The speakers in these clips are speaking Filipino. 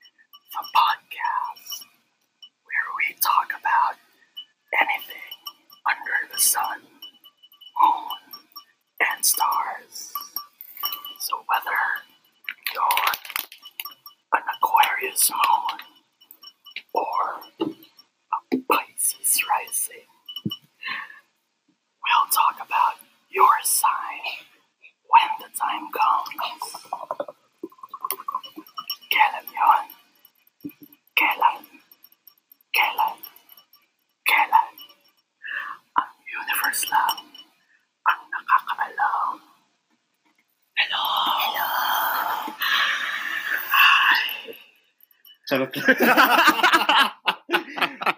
the podcast where we talk about anything under the sun, moon, and stars. So, whether you're an Aquarius moon or a Pisces rising, we'll talk about your sign when the time comes. Kailan yun? Kailan? Kailan? Kailan? Ang universe lang ang nakakaalam. Hello! Hello! Hi! Charot lang.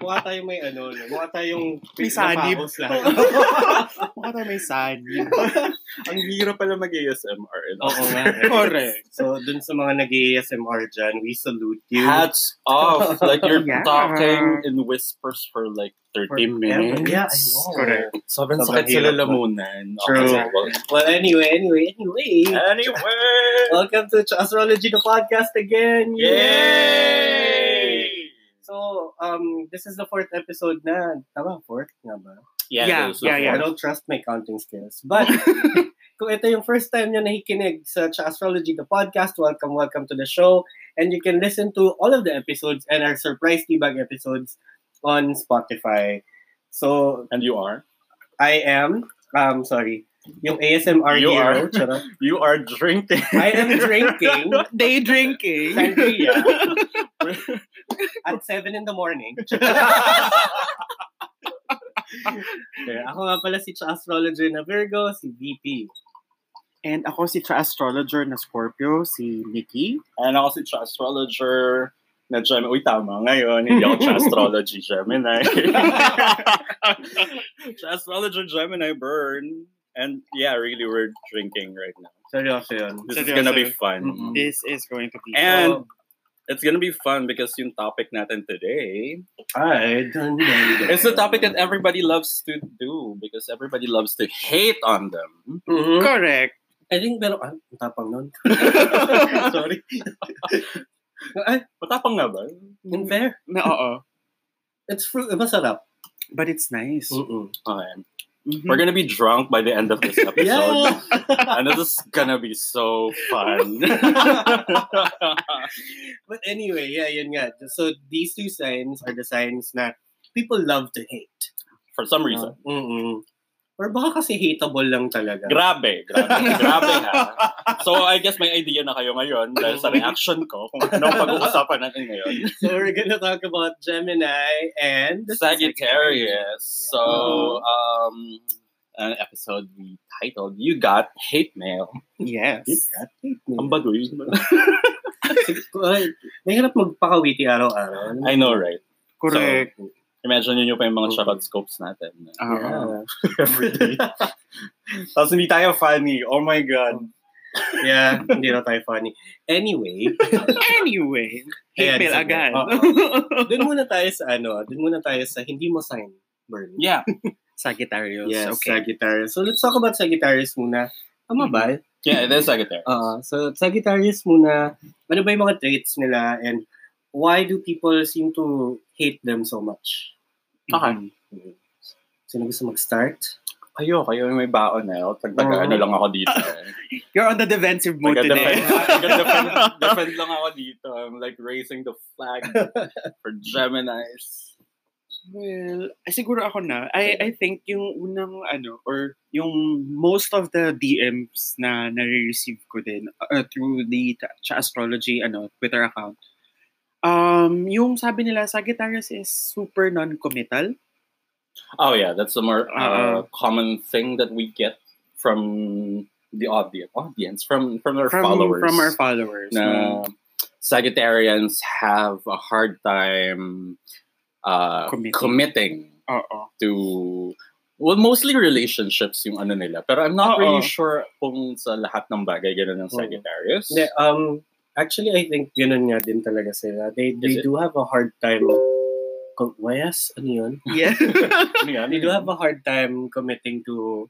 Mukha tayo may ano, no? mukha tayong May sanib. Namaos lahat. Mukha tayo may sanib. Ang hirap pala mag-ASMR. No? Oo nga. eh. Correct. So, dun sa mga nag-ASMR dyan, we salute you. Hats off! Oh, Like, you're Yeah. talking in whispers for like 30 minutes. Yeah, I know. Correct. Sobrang Sobrang sakit sila hirap. lamunan. True. Okay, well, Well, anyway, anyway, anyway. Anyway! Welcome to Ch- Astrology the Podcast again. Yay! So, um, this is the fourth episode na. Tama, fourth nga ba? Yeah, those are yeah, I yeah. don't trust my counting skills. But, kung ito yung first time nyo nakikinig sa Ch- Astrology the Podcast, welcome, welcome to the show. And you can listen to all of the episodes and our surprise debug episodes on Spotify. So, And you are? I am, um, sorry, yung ASMR You hero, are. charot. You are drinking. I am drinking Day drinking. sangria at 7 in the morning. Okay, ako nga pala si Cha Astrologer na Virgo, si VP. And ako si Tra Astrologer na Scorpio, si Nikki. And ako si Cha Astrologer na Gemini. Uy, tama ngayon. Hindi ako Cha Astrology Gemini. Cha Astrologer Gemini burn. And yeah, really, we're drinking right now. Seryoso yun. This is Seryoso. gonna be fun. Mhm. This is going to be... And So, it's gonna be fun because yung topic natin today ay, Ah, eh, dun, dun, dun. is the topic that everybody loves to do because everybody loves to hate on them. Mhm. Correct. I think, pero, ah, ang tapang nun. Sorry. Ay, Matapang nga ba? unfair. Na oo. It's fruit. eh, Masarap. But it's nice. Mm-mm. Okay. Mhm. We're gonna be drunk by the end of this episode. Yeah. and this is gonna be so fun. But anyway, yeah, yun nga. So these two signs are the signs na people love to hate. For some reason. Mm-mm. Or baka kasi hateable lang talaga. Grabe, grabe, grabe ha. So I guess may idea na kayo ngayon dahil sa reaction ko kung anong pag-uusapan natin ngayon. so we're gonna talk about Gemini and... Sagittarius. So, um, an episode we titled You Got Hate Mail. Yes. Ang baduy. Ay, Mahirap magpakawiti araw-araw. I know, right? Correct. Imagine nyo pa yung mga charot scopes natin. Oo. Yeah. Every day. Tapos hindi tayo funny. Oh my God. yeah, hindi na tayo funny. Anyway, Anyway. Ayan, Hate mail sige. agad. dun muna tayo sa ano, dun muna tayo sa hindi mo sign, Bernie. Yeah. Sagittarius. Yes, okay. Sagittarius. So let's talk about Sagittarius muna. Tama ba? Mm-hmm. Yeah, it is Sagittarius. Ah, so Sagittarius muna. Ano ba yung mga traits nila and why do people seem to hate them so much? Okay. Sino gusto mag-start? Ayoko, Mm-hmm. kayo may baon na. Eh. Tagtaga, Mm. Oo. ano lang ako dito. Eh. You're on the defensive mode Taga-defend today. taga-defend- defend lang ako dito. I'm like raising the flag for Geminis. Well, ay, siguro ako na. I, I think yung unang ano, or yung most of the DMs na nare-receive ko din uh, through the Cha- Cha Astrology ano, Twitter account, um, yung sabi nila, Sagittarius is super non-committal. Oh yeah, that's the more uh, Uh-uh. common thing that we get from the audience, audience from from our From, followers. from our followers. na mm-hmm. Sagittarians have a hard time uh, Committing. committing. Oo. to well mostly relationships yung ano nila. Pero I'm not really Oo. sure kung sa lahat ng bagay ganun ng Oo. Sagittarius. Hindi, um, actually, I think ganun nga din talaga sila. They, Is they it? do have a hard time... Com- yes? Ano yun? Yeah. Ano yan? They do have a hard time committing to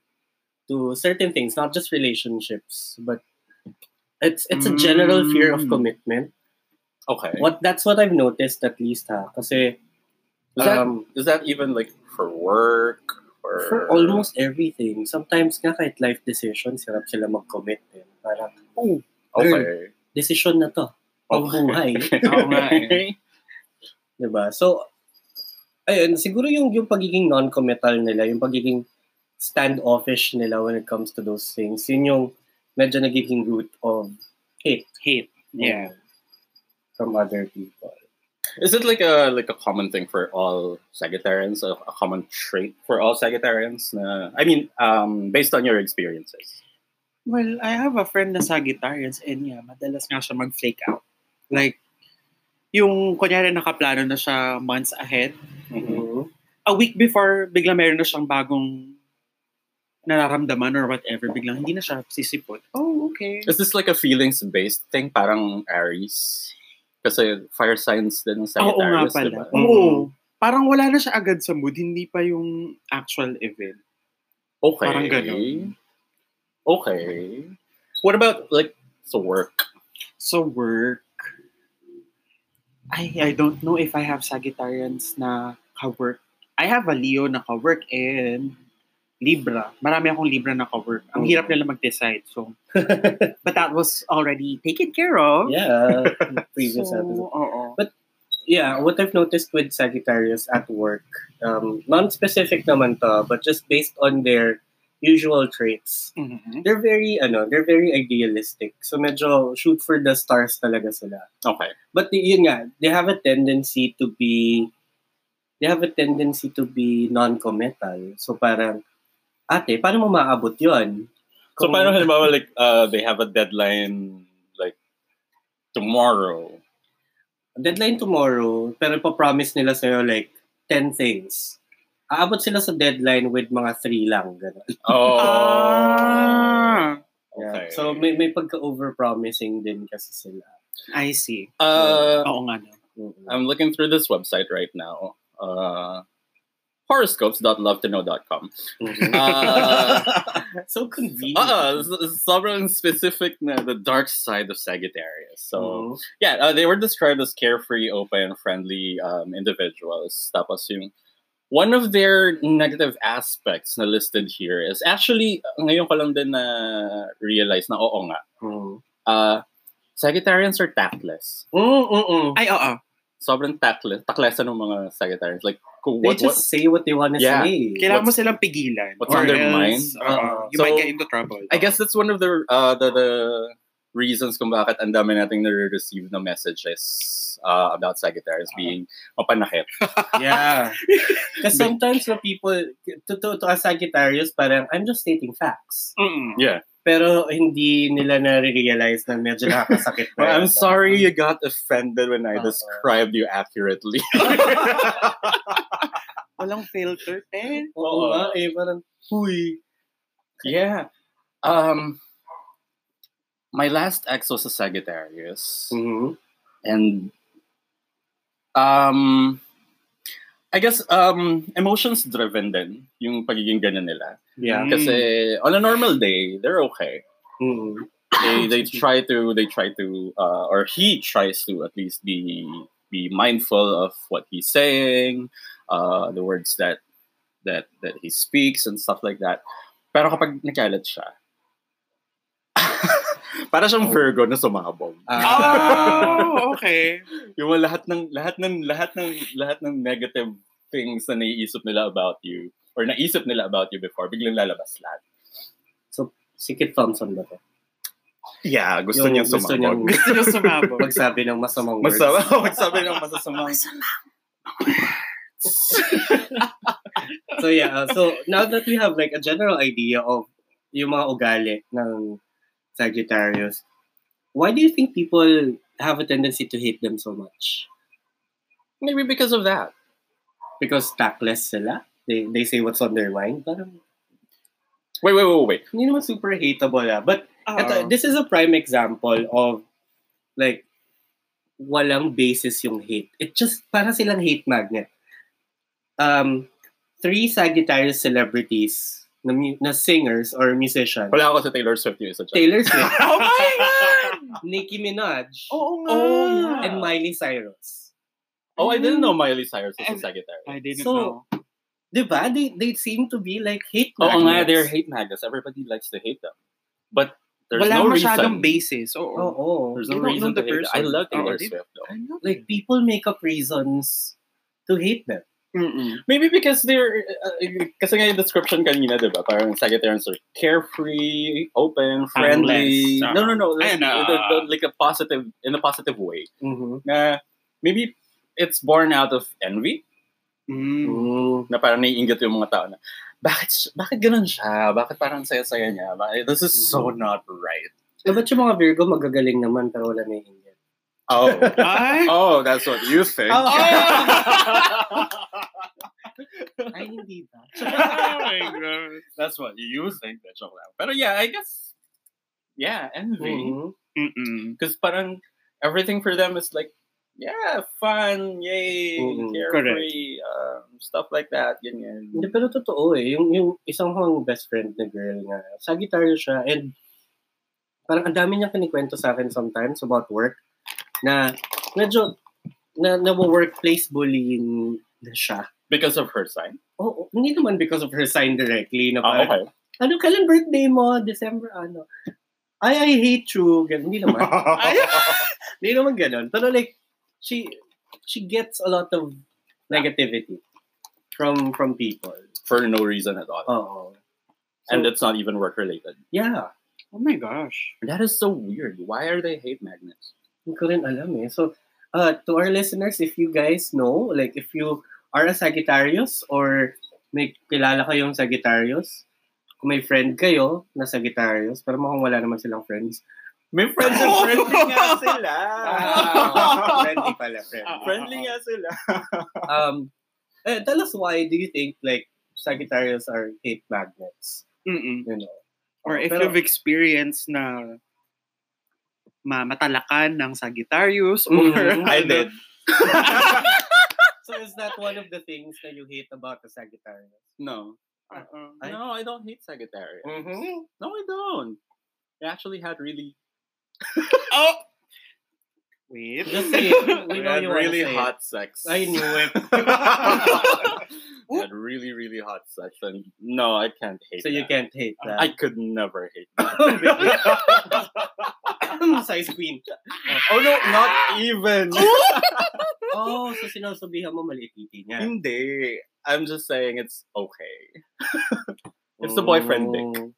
to certain things, not Hmm. just relationships, but it's it's a general fear of Mm. commitment. Okay. What that's what I've noticed at least ha. Kasi Is that- um, Is that even like for work or for almost everything, sometimes nga kahit life decisions, hirap sila mag-commit. Eh. Parang, oh, okay? decision na to. Pagbuhay. Oo nga eh. Diba? So, ayun, siguro yung, yung pagiging non-committal nila, yung pagiging standoffish nila when it comes to those things, yun yung medyo nagiging root of Hate. Yeah. from other people. Is it like a like a common thing for all Sagittarians? A, a common trait for all Sagittarians? Na, I mean, um, based on your experiences. Well, I have a friend na Sagittarius and yeah, madalas nga siya mag-flake out. Like, yung kunyari nakaplano na siya months ahead, Mm-hmm. Mm-hmm. a week before, bigla meron na siyang bagong nararamdaman or whatever, biglang hindi na siya sisipot. Oh, okay. Is this like a feelings based thing? Parang Aries. Kasi fire signs din ng Ah, Oo nga Sagittarius, pala. diba? Oo. Parang wala na siya agad sa mood, hindi pa yung actual event. Okay. Parang ganun. Okay. What about like so work? So work. I I don't know if I have Sagittarians na ka-work. I have a Leo na ka-work and Libra. Marami akong Libra na ka-work. Ang hirap nila mag-decide. So, but that was already taken care of. Yeah, previous so, episode. Oo. Yeah, what I've noticed with Sagittarius at work, um, non-specific naman to, but just based on their usual traits, Mhm. they're very, ano, they're very idealistic. So medyo shoot for the stars talaga sila. Okay. But y- yun nga, they have a tendency to be they have a tendency to be non-committal. So parang, ate, paano mo maaabot yun? So Kung- paano halimbawa like uh, they have a deadline like tomorrow. Deadline tomorrow, pero ipapromise nila sa'yo like 10 things. Aabot sila sa deadline with mga 3 lang. Ganun. Oh. Ah, Yeah. Okay. So may, may pagka-overpromising din kasi sila. Mm-hmm. I see. Uh, Oo nga. No. Mm-mm. I'm looking through this website right now. Uh, horoscopes.lovetoknow.com. mm-hmm. Mhm. Uh, so convenient. uh, sobrang specific na the dark side of Sagittarius. So, Mhm. Yeah, uh, they were described as carefree, open, friendly um, individuals. Tapos yung one of their negative aspects na listed here is actually ngayon ko lang din na realize na oo nga. Mhm. Uh, Sagittarians are tactless. Mm-mm-mm. Ay, oo. Sobrang tactless. Taklesa ng mga Sagittarians. Like, kung They what, just say what they wanna Yeah. say. Kailangan mo silang pigilan. what's or on their else, mind? oo, Oo. you So, might get into trouble. what- I guess that's one of the, uh, the, the reasons kung bakit ang dami nating nare-receive na messages uh, about Sagittarians Uh-huh. being mapanakit. Yeah. Because sometimes the people, to, to, to a Sagittarius, parang, I'm just stating facts. Mm-mm. Yeah. Pero hindi nila na-realize na medyo nakakasakit na. Well, I'm yun. sorry you got offended when I Uh-oh. described you accurately. Walang filter, eh. Oo nga, eh, parang, huy. yeah. Um my last ex was a Sagittarius. Mhm. And um I guess um emotions driven din yung pagiging ganyan nila. Yeah. Kasi on a normal day, they're okay. Mhm. they they try to they try to uh, or he tries to at least be be mindful of what he's saying, uh, the words that that that he speaks and stuff like that. Pero kapag nagkalat siya, para siyang Virgo na sumabog. Ah, Oh, okay. Yung mga lahat ng lahat ng lahat ng lahat ng negative things na naiisip nila about you or naisip nila about you before biglang lalabas lahat. si Kit Thompson ba to? Yeah, gusto niya gusto sumabog. niyang Gusto niyo sumabog. magsabi ng masamang words. Masama, magsabi ng masasamang So yeah, uh, so now that we have like a general idea of yung mga ugali ng Sagittarius, why do you think people have a tendency to hate them so much? Maybe because of that. Because tactless sila? They, they say what's on their mind? Parang, Wait, wait, wait, wait. hindi naman super hateable ah. But Oo. eto, this is a prime example of like, walang basis yung hate. It just, para silang hate magnet. Um, three Sagittarius celebrities na, mu- na singers or musicians. Wala ako sa Taylor Swift yung isa dyan. Taylor Swift, Oh my God! Nicki Minaj, Oo nga! Oh, yeah. and Miley Cyrus. Oh, I didn't know Miley Cyrus was a And- Sagittarius. I didn't So, know. Diba? They, they seem to be like hit Oo nga, magnets. they're Oh, hate magnets. Everybody likes to hate them. But there's Wala no reason. masyadong basis. Oo. Oo. There's They no don't know reason to the hate them. I person. love Oo, Taylor they- Swift though. I know. Like, people make up reasons to hate them. Mm-mm. Maybe because they're uh, kasi nga yung description kanina, 'di ba? Parang Sagittarians are carefree, open, friendly. Harmless, ah. no, no, no. Ayun Like, ah. na. the- the- like a positive in a positive way. Mm-hmm. Na maybe it's born out of envy Mm. na parang naiinggit yung mga tao na bakit s- bakit ganun siya? Bakit parang saya-saya niya? Bakit- This is so Mm. not right. Dapat Eh, yung mga Virgo magagaling naman pero wala na yung Indian. Oh. Ay! oh, that's what you think. Oh. Ay, hindi ba? Oh my God. that's what you think, Mitchell. But yeah, I guess yeah, envy. Mhm. Mm-mm. because parang everything for them is like yeah fun yay Mm, carefree um, stuff like that ganyan. Hindi, pero totoo eh. Yung, yung isang kong best friend na girl nga, Sagittarius siya and parang ang dami niyang kinikwento sa akin sometimes about work na medyo na, na workplace bullying na siya. because of her sign Oo, hindi naman because of her sign directly na parang, Ah, okay ano, kailan birthday mo? December, ano? Ay, I hate you. Ganun, hindi naman. Ay! Hindi naman ganun. Pero like, she she gets a lot of negativity from from people. for no reason at all Oo. and it's not even work related Yeah. Oh my gosh. that is so weird why are they hate magnets Hindi ko rin alam eh. So, uh, to our listeners, if you guys know, like if you are a Sagittarius or may kilala kayong Sagittarius, kung may friend kayo na Sagittarius, pero mukhang wala naman silang friends. may friends and friendly nga sila Ah, friendly pala, friend. friendly nga sila Um, eh, tell us why do you think like Sagittarius are hate magnets? Mm-mm. You know? Or if Pero- you've experienced na ma- matalakan ng Sagittarius or Mm, I did So is that one of the things that you hate about the Sagittarius? no Uh-uh. no I don't hate Sagittarius Mm-hmm. no I don't I actually had really Oh! Wait. Just say it. We We know had you wanna really say it. hot sex. I knew it. We had really, really hot sex, and no, I can't hate. So you that. can't hate that. I could never hate. That. size queen. oh no, not even. Oh, so sinasabihan mo maliit titi niya. Hindi. I'm just saying it's okay. It's the boyfriend dick. Oh.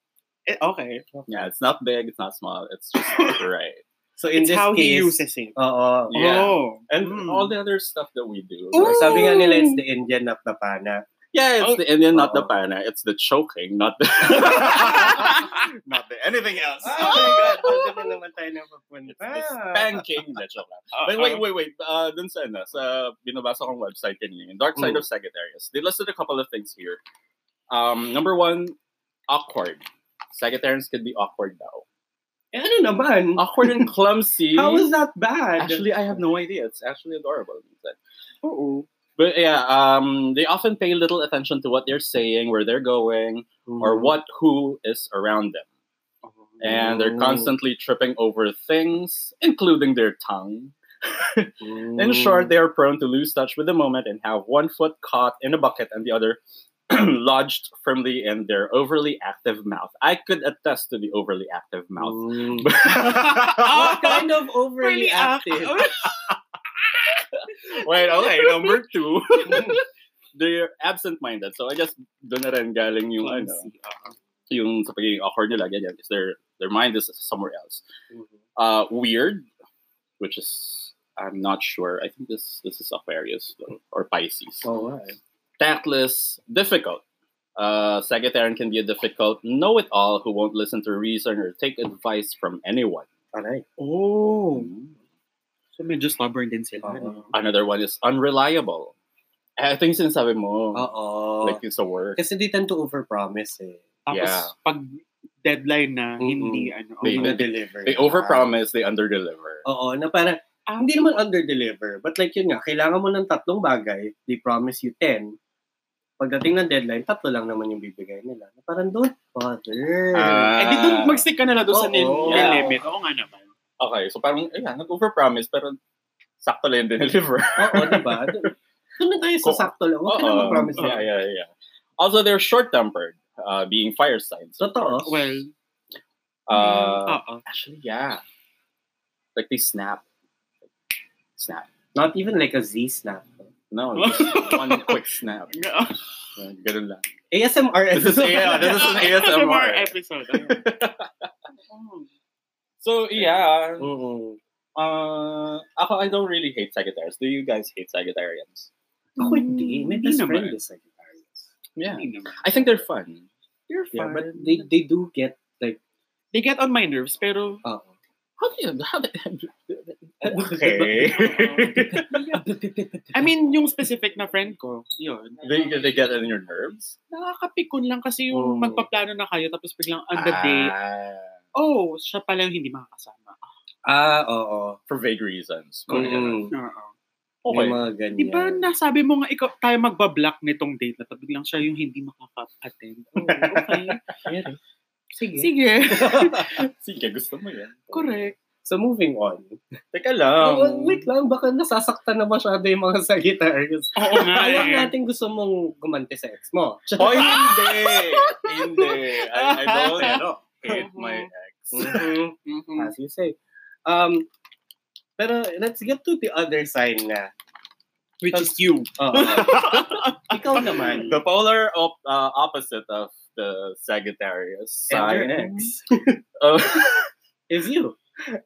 Eh, okay. Yeah, it's not big, it's not small, it's just right. So in It's this how case, he uses it. Oo. Yeah. Oh. And Mm. all the other stuff that we do. Ooh. like- Sabi nga nila, it's the Indian na papana. yeah, it's Oh. the Indian, not the Oo. pana. It's the choking, not the not the anything else. Oh Doon na naman tayo na papunta. It's the spanking. na joke lang. But wait, wait, wait. Uh, dun sa, ano, sa binabasa kong website kanina, yung Dark Side Mm. of Sagittarius, they listed a couple of things here. Um, number one, awkward. Sagittarians can be awkward now. Eh, ano naman? Awkward and clumsy. How is that bad? Actually, I have no idea. It's actually adorable. But- Oo. But yeah, um, they often pay little attention to what they're saying, where they're going, or what who is around them. And they're Mm. constantly tripping over things, including their tongue. In short, they are prone to lose touch with the moment and have one foot caught in a bucket and the other lodged firmly in their overly active mouth. I could attest to the overly active mouth. Mm. What kind of overly Really ah. active? active. Wait, okay, number two. They're absent-minded. So I guess doon na rin galing yung ano, yung sa pagiging awkward nila, ganyan, is their, their mind is somewhere else. Mm-hmm. Uh, weird, which is, I'm not sure. I think this this is Aquarius though, or Pisces. Oh, why? tactless, difficult. Uh, Sagittarian can be a difficult know it all who won't listen to reason or take advice from anyone. Aray. Oh. So medyo stubborn din sila. Oo. Another one is unreliable. Eh, Ito yung sinasabi mo. Oo. Like yung sa work. Kasi they tend to overpromise eh. Tapos Yeah. pag deadline na, Mm-mm. hindi ano. They- Hindi na deliver. They overpromise, they underdeliver. Oo, na parang, Ah, hindi naman under-deliver. But like yun nga, kailangan mo ng tatlong bagay, they promise you 10. pagdating ng deadline, tatlo lang naman yung bibigay nila. Parang don't bother. Ah. Eh, di doon, mag-stick ka na lang doon Oo. sa nil- Yeah. limit. Oo nga naman. Okay, so parang, ayan, nag-overpromise, pero sakto lang yung deliver. Oo, di ba? Doon na tayo sa Ko- sakto lang. Huwag ka Oo. na mag-promise Yeah, na. yeah, yeah. Also, they're short-tempered, uh, being fire signs. of Totoo. course. Well, Uh, oo. actually, yeah. Like, they snap. Snap. Not even like a Z-snap. No, just one quick snap. Yeah, Ganun lang. ASMR. This is ASMR. This is an ASMR. episode. ayun. Oh. So, yeah. Mm-hmm. Mm-mm. Uh, ako, I don't really hate Sagittarius. Do you guys hate Sagittarians? Ako hindi. May Hindi best friend naman. is Sagittarius. Yeah. Hindi naman. I think they're fun. You're Yeah, fine. but they, they do get like, They get on my nerves, pero... uh, How do you... How do okay. I mean, yung specific na friend ko, yun. they, they get in your nerves? Nakakapikon lang kasi Oh. yung magpaplano na kayo tapos biglang on the day, Ah, oh, siya pala yung hindi makakasama. ah, oo. for vague reasons. Mm. Mm-mm. Oo. May Okay. mga ganyan. Mm-hmm. Di ba nasabi mo nga ikaw, tayo magbablock nitong date na to, biglang siya yung hindi makaka-attend. Oh, okay. Pero, Sige. Sige. Sige, gusto mo yan. Correct. So moving on. Teka lang. Um, Oh, wait lang, baka nasasaktan na masyado yung mga Sagittarius. Oo nga Alam eh. natin gusto mong gumanti sa ex mo. Oh, hindi! hindi. I, I don't ano, hate Oh. my ex. Mhm. Mhm. as you say. Um, pero let's get to the other side na. Which is you. Oo. ikaw naman. The polar op- uh, opposite of the Sagittarius And your sign. ex Oh, is you.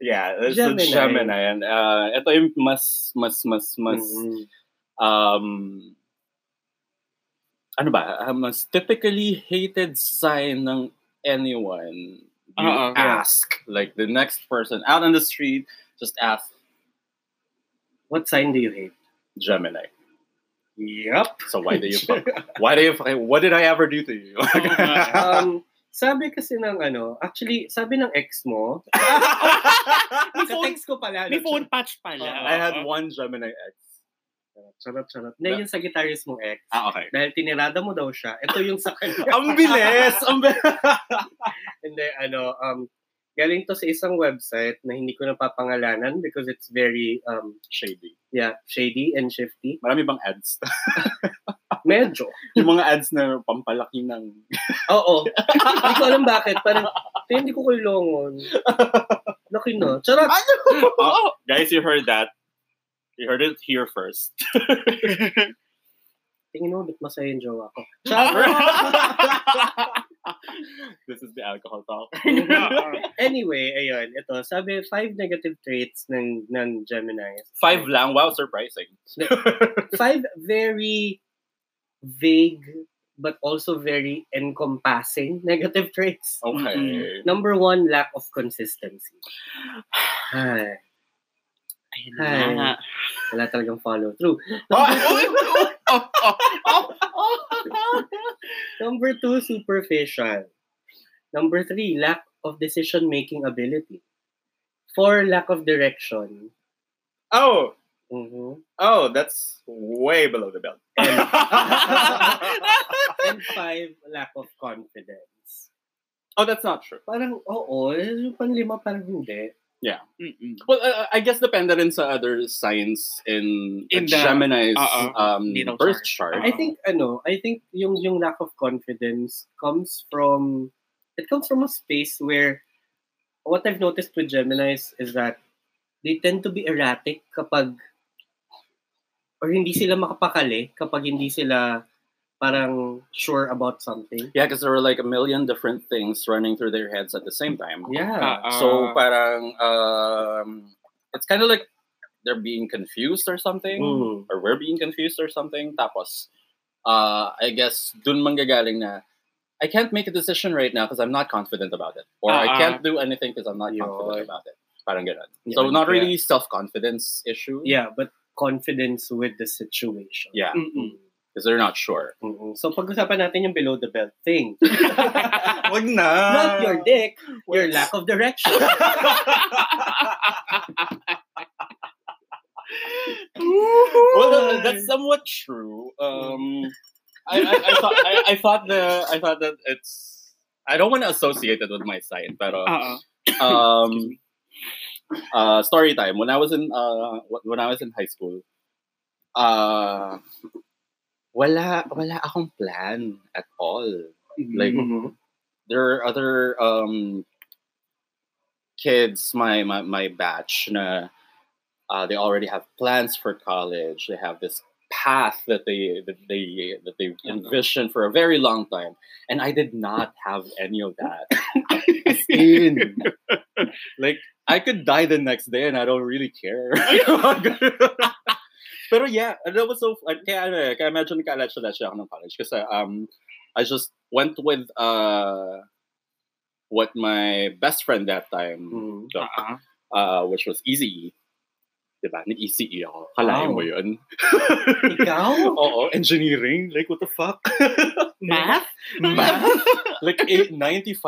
yeah, it's Gemini. Gemini. Gemini. And, uh, ito yung mas, mas, mas, mas, Mhm. um, ano ba? Uh, mas typically hated sign ng anyone. You Oo. ask, like, the next person out on the street, just ask What sign do you hate? Gemini. Yup. So why do you fuck? Why do you fuck? What did I ever do to you? Um, sabi kasi ng ano, actually, sabi ng ex mo, I ka-text ko pala. May phone patch pala. Oo. had one Gemini ex. Charot, charot. Na yung Sagittarius mong ex. Ah, okay. Dahil tinirada mo daw siya. Ito yung sa kanya. Ang bilis! Ang bilis! Hindi, ano, um, galing to sa isang website na hindi ko napapangalanan because it's very, um, Shady. yeah, shady and shifty. Marami bang ads? Medyo. Yung mga ads na pampalaki ng... Oo. hindi ko alam bakit. Parang, "Tay, hindi ko kulongon. Laki na. Charot! Ano? Oh, guys, you heard that. You heard it here first. Tingin mo, ba't masaya yung jowa ko? this is the alcohol talk. Ano? Anyway, ayun. Ito, sabi, five negative traits ng, ng Gemini. Five lang. Wow, surprising. Five very vague but also very encompassing negative traits. Okay. Mm-mm. Number one, lack of consistency. Ay, Ayun Ay. na. Ah! wala talagang follow through. Oh, Number two, superficial. Number three, lack of decision-making ability. Four, lack of direction. Oh, Mhm. oh, that's way below the belt. And five, lack of confidence. oh, that's not true. Parang, oo, yung panlima parang hindi. Mm-mm. Well, uh, I guess depende rin sa other signs in, In the- Gemini's uh-uh. um, Natal birth chart. chart. I think, ano, I think yung, yung lack of confidence comes from, it comes from a space where, what I've noticed with Geminis is that they tend to be erratic kapag, or hindi sila makapakali kapag hindi sila parang sure about something. Yeah, because there were like a million different things running through their heads at the same time. Yeah. uh, Ah, ah. So parang um, it's kind of like they're being confused or something, Mm. or we're being confused or something. Tapos, uh, I guess dun manggagaling na I can't make a decision right now because I'm not confident about it, or I Ah, ah. can't do anything because I'm not Uh-uh. Yun. confident about it. Parang ganun. So not Yeah. really self confidence issue. Yeah, but confidence with the situation. Yeah, Mm-mm. because they're not sure. Mm-mm. So pag-usapan natin yung below the belt thing. Wag Ah. Not your dick, your lack of direction. Well, that- that's somewhat true. Um, I, I, I thought I, I thought the I thought that it's I don't want to associate it with my side, but uh, Oo. um, uh, story time. When I was in uh, wh- when I was in high school, uh, wala wala akong plan at all. Like Mhm. there are other um kids my my, my batch na uh, they already have plans for college they have this path that they that they that they envisioned for a very long time and i did not have any of that As in, like i could die the next day and i don't really care Pero yeah, that was so fun. Kaya ano eh, kaya medyo nagka-alatsa-alatsa ako ng college. Kasi um, I just went with uh, what my best friend that time, Mhm. Oo. uh, which was Easy E. Diba? Nag-ECE ako. Kalahin mo Wow. yun. Ikaw? Oo, Oh, engineering. Like, what the fuck? Math? math? like, eight- 95%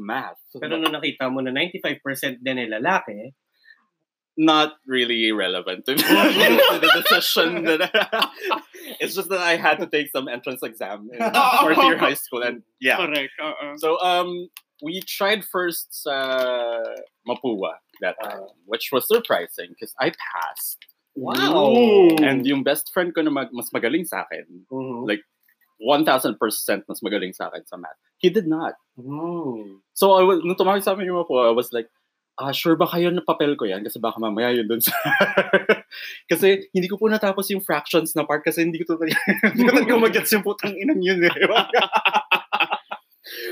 math. Pero nung nakita mo na 95% din ay lalaki, Not really relevant to, me, to the decision that It's just that I had to take some entrance exam in fourth year high school. And yeah, Correct. Oo. So um, we tried first sa Mapua that time, which was surprising because I passed. Wow. And yung best friend ko na mag, mas magaling sa akin, Mhm. Like- 1,000% mas magaling sa akin sa math. He did not. Mhm. So I was, nung tumawag sa amin yung Mapua, I was like, ah, sure ba kayo na papel ko yan? Kasi baka mamaya yun dun sa... kasi hindi ko po natapos yung fractions na part kasi hindi ko to hindi ko talaga mag-gets yung putang inang yun eh.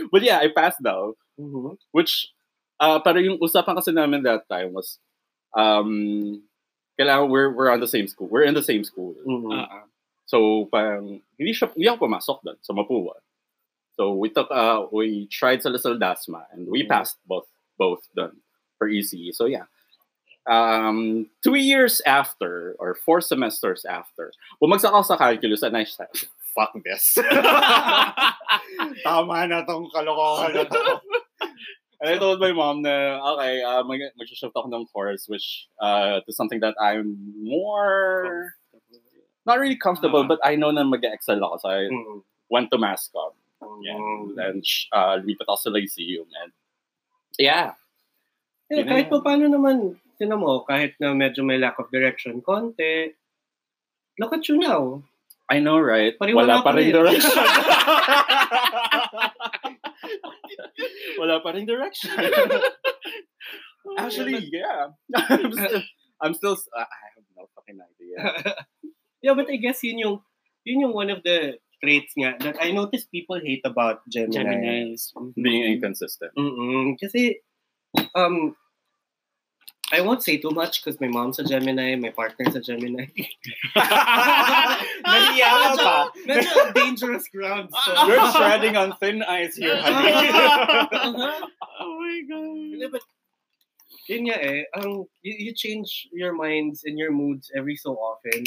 But yeah, I passed now. Mhm. Which, uh, pero yung usapan kasi namin that time was, um, kailangan we're, we're on the same school. We're in the same school. Mhm. Oo. So, parang, hindi, siya, hindi ako pumasok doon sa Mapua. So, we took, uh, we tried sa Lasal Dasma and we Mhm. passed both, both doon for ECE. So, yeah. Um, two years after, or four semesters after, bumagsak ako sa calculus and I said, fuck this. Tama na tong kalokohan na to. And I told my mom na, okay, uh, mag mag-shift ako ng course, which, uh, to something that I'm more, not really comfortable, Ah. but I know na mag-excel ako. So I Mhm. went to mass comm. Yeah. Mm-hmm. And uh, lumipat ako sa Lyceum. And yeah. Eh, Yun kahit pa na yan. paano naman, tinan mo, kahit na medyo may lack of direction konti, look at you now. I know, right? Pari wala, wala pa pa rin rin. direction. wala pa rin direction. Actually, Oh, yeah. I'm still, I'm still uh, I have no fucking idea. Yeah, but I guess yun yung, yun yung one of the traits nga that I notice people hate about Gemini. Gemini's. Being inconsistent. Mm-mm. Kasi, um, I won't say too much because my mom's a Gemini, my partner's a Gemini. Nahiya ka pa. Ah, Medyo dangerous ground. So. You're treading on thin ice here, honey. Oh my God. Hindi, but, yun nga eh, ang, you, you change your minds and your moods every so often.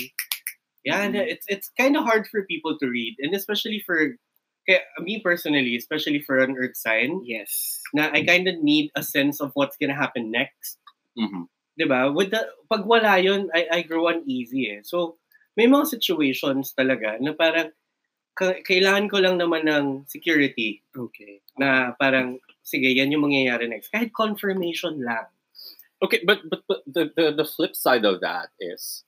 Yeah, Mm-hmm. and it's it's kind of hard for people to read, and especially for kaya, me personally, especially for an earth sign, Yes. na I kind of need a sense of what's gonna happen next. Mhm. 'Di ba? With the pag wala yun, I I grow uneasy eh. So may mga situations talaga na parang ka- kailangan ko lang naman ng security Okay. na parang sige, yan yung mangyayari next. Kahit confirmation lang. Okay, but but, but the, the the flip side of that is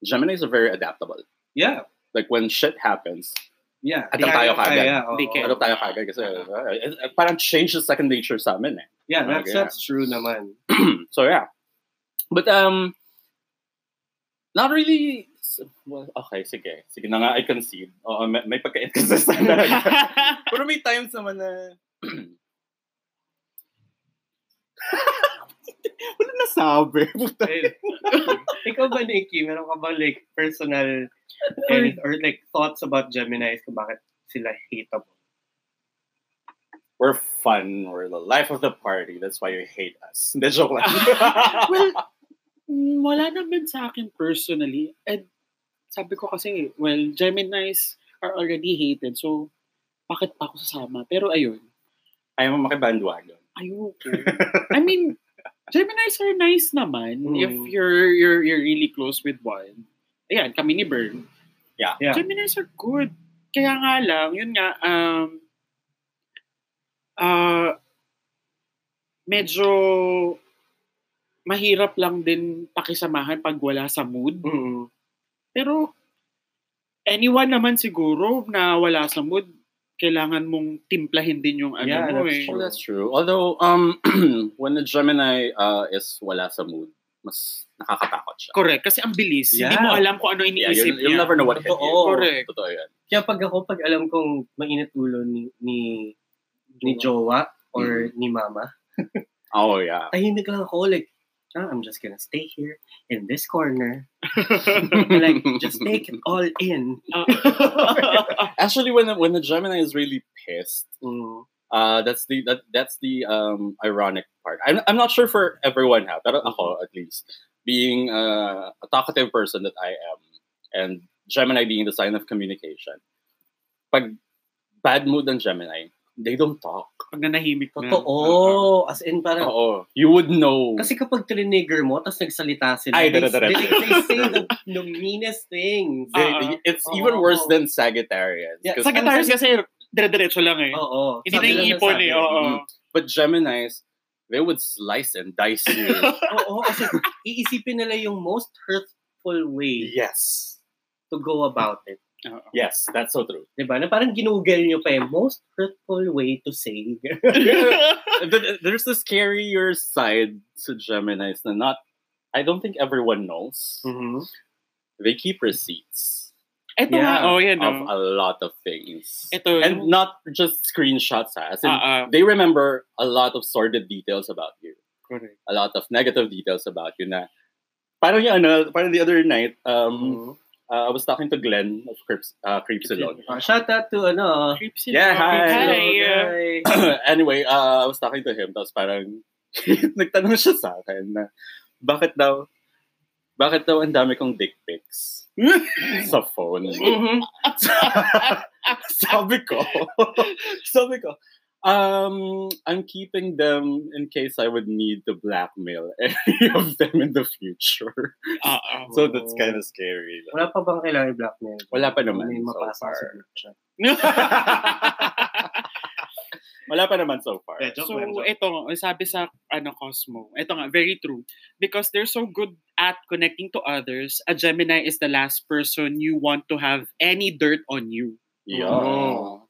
Gemini's are very adaptable. Yeah, Like when shit happens, yeah. At ang tayo kagad. Yeah, oo. They care. ano tayo kagad kasi uh, it- it parang change the second nature sa amin eh. Yeah, that's, Okay. that's true naman. so yeah, but um, not really. Well, okay, sige. Sige na nga, I concede. Oo, may, may pagka-inconsistent talaga. Pero may times naman na... Wala nasabi. Puta. Eh, Ikaw ba, Nikki? Meron ka bang like personal and, or like thoughts about Geminis kung bakit sila hateable? we're fun. We're the life of the party. That's why you hate us. Hindi, joke lang. well, mm, wala naman sa akin personally. And sabi ko kasi, well, Geminis are already hated. So, bakit pa ako sasama? Pero ayun, Ayaw mo makibandwagon. ayoko. I mean, Geminis are nice naman Mm. if you're you're you're really close with one. Ayan, kami ni Bern. Yeah. Yeah. Geminis are good. kaya nga lang, yun nga, um, ah, medyo mahirap lang din pakisamahan pag wala sa mood. Mm. Pero anyone naman siguro na wala sa mood, kailangan mong timplahin din yung ano Yeah, mo that's eh. Oh, that's true. Although, um, when the Gemini uh, is wala sa mood, mas nakakatakot siya. Correct. Kasi ang bilis. Hindi Yeah. mo alam kung ano Yeah, iniisip you'll, you'll niya. never know what hit you. Totoo. Correct. Totoo yan. Kaya pag ako, pag alam kong mainit ulo ni ni, ni Jowa or ni Mama, Oh, yeah. tahimik lang ako. Like, ah, I'm just gonna stay here in this corner. And like, just take it all in. Ah. Actually, when the, when the Gemini is really pissed, Mm. uh, that's the that, that's the um, ironic part. I'm, I'm not sure for everyone ha, pero ako at least being uh, a talkative person that I am, and Gemini being the sign of communication. Pag bad mood ng Gemini, they don't talk. Pag nanahimik na. Totoo. As in, parang, Oo. You would know. kasi kapag trinigger mo, tapos nagsalita sila, Ay, they, dara, dara. they, they say the, the meanest things. They- Ah, ah. they- it's Oo, even worse oo. than Sagittarians. Yeah, 'Cause- Sa guitars kasi, dire-diretso lang eh. Oo. Hindi na Oh, Sabi lang ng iipon sabi. eh. Oo. Mm. but Geminis, they would slice and dice you. Oo, kasi iisipin nila yung most hurtful way yes. to go about it. Oo. Yes, that's so true. Diba? Na parang ginugel nyo pa eh, most hurtful way to say. Th- There's the scarier side to Geminis na not, I don't think everyone knows. Mhm. They keep receipts Ito Yeah. nga. Oh, yan. of oh. a lot of things. Ito. and not just screenshots. Ha? As in, Ah, ah. they remember a lot of sordid details about you. Correct. a lot of negative details about you na parang yung ano, parang the other night, um, Mhm. uh, I was talking to Glenn of Creeps, uh, Creeps Alone. Ah, shout out to ano, Creeps Yeah, hi. Hello, Hi. uh, guys. anyway, uh, I was talking to him, tapos parang nagtanong siya sa akin na bakit daw, bakit daw ang dami kong dick pics sa phone? Mm-hmm. sabi ko, sabi ko, um, I'm keeping them in case I would need to blackmail any of them in the future. Ah, ah. So that's kind of scary. Wala pa bang kailangan i-blackmail? Wala pa naman, May so mapasa far. sa group chat. Wala pa naman so far. Yeah, joke lang, So, joke. ito, sabi sa ano Cosmo, ito nga, very true. Because they're so good at connecting to others, a Gemini is the last person you want to have any dirt on you. Mm-hmm. Yeah.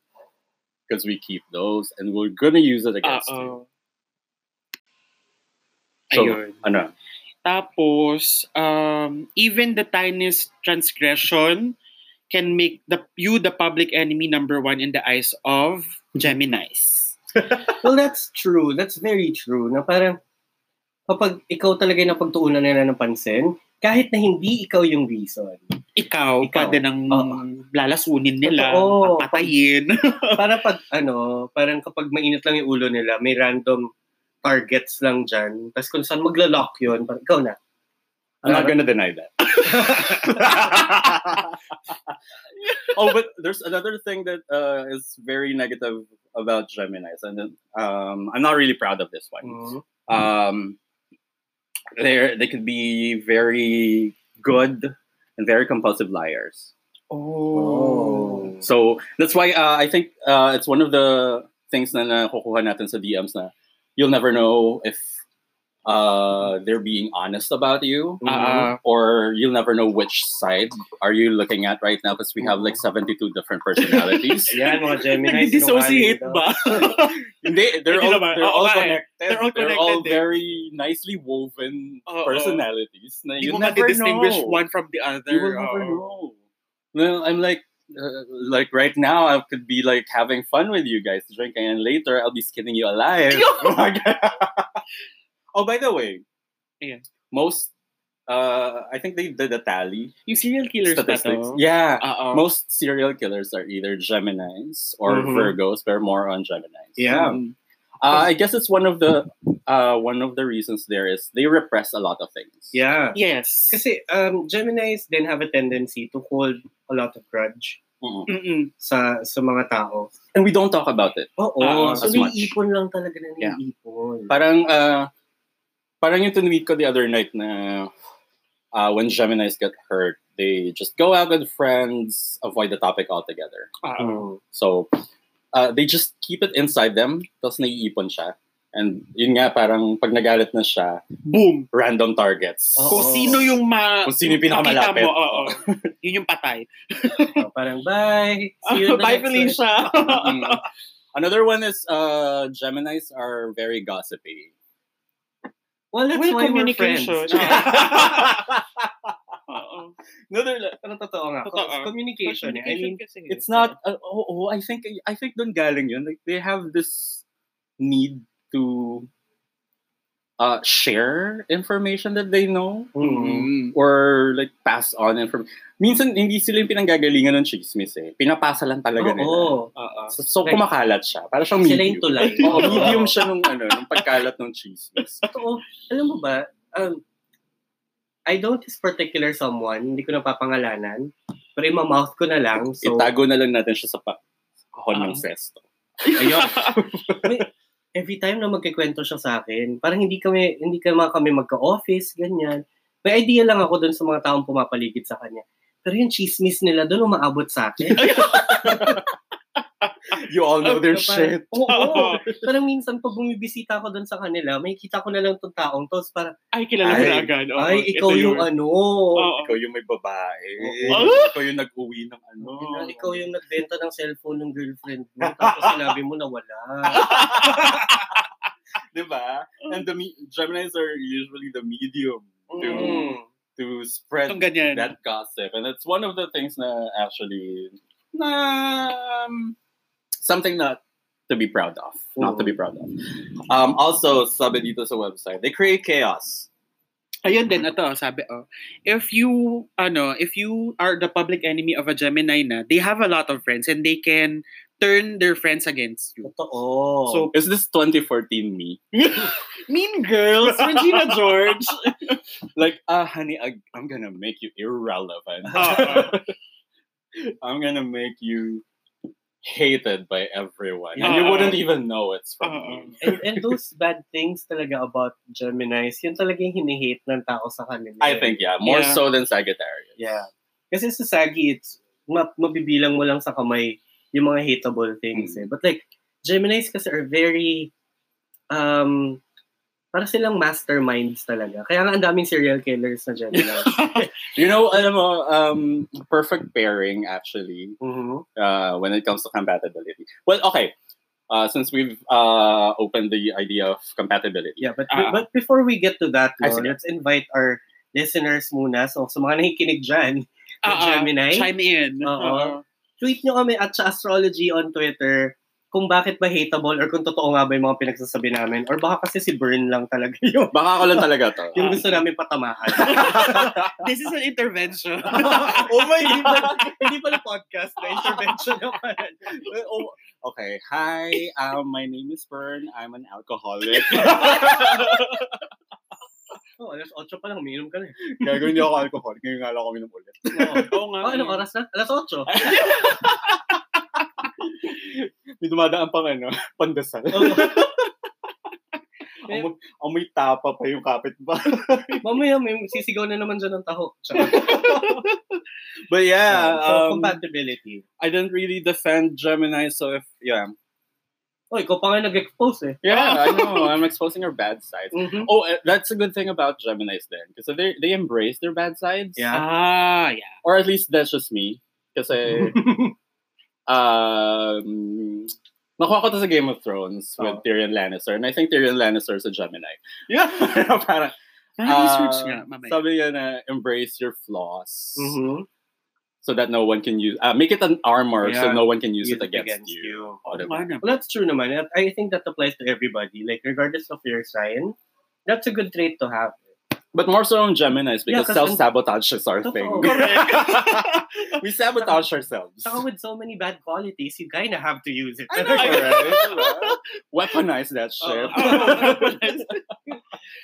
Because Oh. we keep those and we're gonna use it against you. Uh-oh. So, Ayun. Ano? Tapos, um, even the tiniest transgression can make the you the public enemy number one in the eyes of Geminis. Well, that's true. That's very true. Na parang, kapag ikaw talaga yung napagtuunan nila ng pansin, kahit na hindi ikaw yung reason. Ikaw. Ikaw, pwede nang Oo. lalasunin nila, Totoo. patayin. Para pag, ano, parang kapag mainit lang yung ulo nila, may random targets lang dyan. Tapos kung saan magla-lock yun, parang ikaw na. I'm not Ano? gonna deny that. oh, but there's another thing that uh, is very negative about Geminis, and um, I'm not really proud of this one. Mhm. Um, they they could be very good and very compulsive liars. Oh. So that's why uh, I think uh, it's one of the things na nakukuha natin sa DMs na you'll never know if uh, they're being honest about you Ah, or you'll never know which side are you looking at right now because we have like 72 different personalities. Ayan, mga Gemini. Nag-dissociate ba? They, they're, Hindi all, naman. they're Oo all nga eh. connected. They're all They're all connected eh. very nicely woven Oo. personalities na Hindi you mo never distinguish know. one from the other. You will never Oo. know. Well, I'm like, uh, like right now, I could be like having fun with you guys drinking, and later I'll be skinning you alive. oh, by the way, Yeah. most, uh, I think they did a tally Yung serial killers ba statistics. to? Uh-huh. Yeah, Oo. most serial killers are either Gemini's or Mhm. Virgos, but more on Gemini's. Yeah. Mm. uh, I guess it's one of the, uh, one of the reasons there is they repress a lot of things. Yeah. Yes. Kasi um, Geminis then have a tendency to hold a lot of grudge Mm-mm. Mm-mm. sa sa mga tao. and we don't talk about it. Oo, Ah, so as much. naiipon lang talaga na Yeah. naiipon. ah, Parang, uh, parang yung tinweet ko the other night na uh, when Geminis get hurt, they just go out with friends, avoid the topic altogether. So, uh, they just keep it inside them, tapos naiipon siya. And yun nga, parang pag nagalit na siya, Boom! random targets. Oo. Kung sino yung ma... Kung sino yung pinakamalapit. makita Mo, oo. Yun yung patay. So, oh, parang bye. See you in the Bye, next one. Felicia! Mm. Another one is uh, Geminis are very gossipy. Well, that's Well, why we're friends. communication. Oo. no, they're like, ano totoo nga? Totoo. Communication. eh. I mean, kasi. It's not. Uh, oh, oh, I think I think doon galing yun. Like they have this need to uh, share information that they know Mm-hmm. Mm. or like pass on information. Minsan hindi sila yung pinanggagalingan ng chismis eh. Pinapasa lang talaga nila. Oo. Oo. So, so Like, kumakalat siya. Parang siyang medium. Sila yung tulay. Oo, medium siya nung ano, nung pagkalat ng chismis. Totoo. Alam mo ba, um, I don't this particular someone, hindi ko napapangalanan, pero ima-mouth ko na lang. So, Itago na lang natin siya sa pa- kahon ng Ah. festo. ayun. May- every time na magkikwento siya sa akin, parang hindi kami, hindi ka mga kami magka-office, ganyan. May idea lang ako dun sa mga taong pumapaligid sa kanya. Pero yung chismis nila doon umaabot sa akin. You all know their So, parang- shit. Oo. Parang minsan pag bumibisita ako doon sa kanila, may kita ko na lang tong taong. Tapos parang, Ay, kilala ko Ay. na agad. Oo, ay, ito ikaw yung ano. Oo. Ikaw yung may babae. Oo. Ikaw yung nag-uwi ng ano. Yun na, ikaw yung nagbenta ng cellphone ng girlfriend mo, tapos sinabi mo na wala. Diba? And the me- Geminis are usually the medium to Mm. to spread Itong ganyan. that gossip. And it's one of the things na actually na um, something not to be proud of. Not to be proud of. Um, also, sabi dito sa website, they create chaos. Ayun din, ito, sabi, oh. If you, ano, if you are the public enemy of a Gemini na, they have a lot of friends and they can turn their friends against you. Totoo. So, Is this 2014 me? Mean Girls, Regina George. Like, ah, honey, I, I'm gonna make you irrelevant. Oo. I'm gonna make you hated by everyone. And Yeah. you wouldn't even know it's from Oo. me. and, and those bad things talaga about Geminis, yun talaga yung hinihate ng tao sa kanila. I think, yeah, more Yeah. so than Sagittarius. Yeah. Kasi sa Sagi, it's, ma- mabibilang mo lang sa kamay yung mga hateable things. Eh. But like, Geminis kasi are very, um, para silang masterminds talaga. Kaya nga ang daming serial killers na Gemini. You know, alam mo, um, perfect pairing actually Mhm. uh, when it comes to compatibility. Well, okay. Uh, since we've uh, opened the idea of compatibility, Yeah, but Ah. but before we get to that, I Lord, see. let's invite our listeners muna. So, sa mga nakikinig dyan, Ah, ah, Gemini? Chime in. Oo. tweet nyo kami at sa Astrology on Twitter kung bakit ba hateable or kung totoo nga ba yung mga pinagsasabi namin. Or baka kasi si Bern lang talaga yung, baka ako lang talaga to. yung gusto namin patamaan. This is an intervention. oh my, hindi pala, hindi pala podcast na intervention na pala. Oh, okay. Hi, um, my name is Bern. I'm an alcoholic. Oh, alas 8 pa lang, umiinom ka na eh. Gagawin niyo ako alcoholic. Ngayon nga lang kami ng ulit. Oo nga. eh. Oh, anong oras na? Alas 8. May dumadaan pang ano, pandasal. Oh, Amoy, amoy Oh, tapa pa yung kapit ba? mamaya may sisigaw na naman dyan ng taho. Tsaka, But yeah, so, um, compatibility. I don't really defend Gemini, so if, yeah. Oh, ikaw pa nga nag-expose eh. Yeah, I know. I'm exposing our bad sides. Mhm. Oh, uh, that's a good thing about Geminis then. Because they, they embrace their bad sides. Yeah. Ah, yeah. Or at least that's just me. Kasi, um, nakuha ko to sa Game of Thrones Oh. with Tyrion Lannister. And I think Tyrion Lannister is a Gemini. Yeah. Parang, Na-research uh, nga, mamaya. sabi niya na embrace your flaws. Mhm. So that no one can use, uh, make it an armor so Yeah. no one can use, Use it against, you. Oh, diba? Wala naman. Well, that's true naman. At I think that applies to everybody. Like, regardless of your sign, that's a good trait to have. But more so on Geminis because Yeah, 'cause self sabotage is our Totoo. thing. we sabotage ourselves. Saka with so many bad qualities, you kinda have to use it. I know. Alright. Weaponize that shit.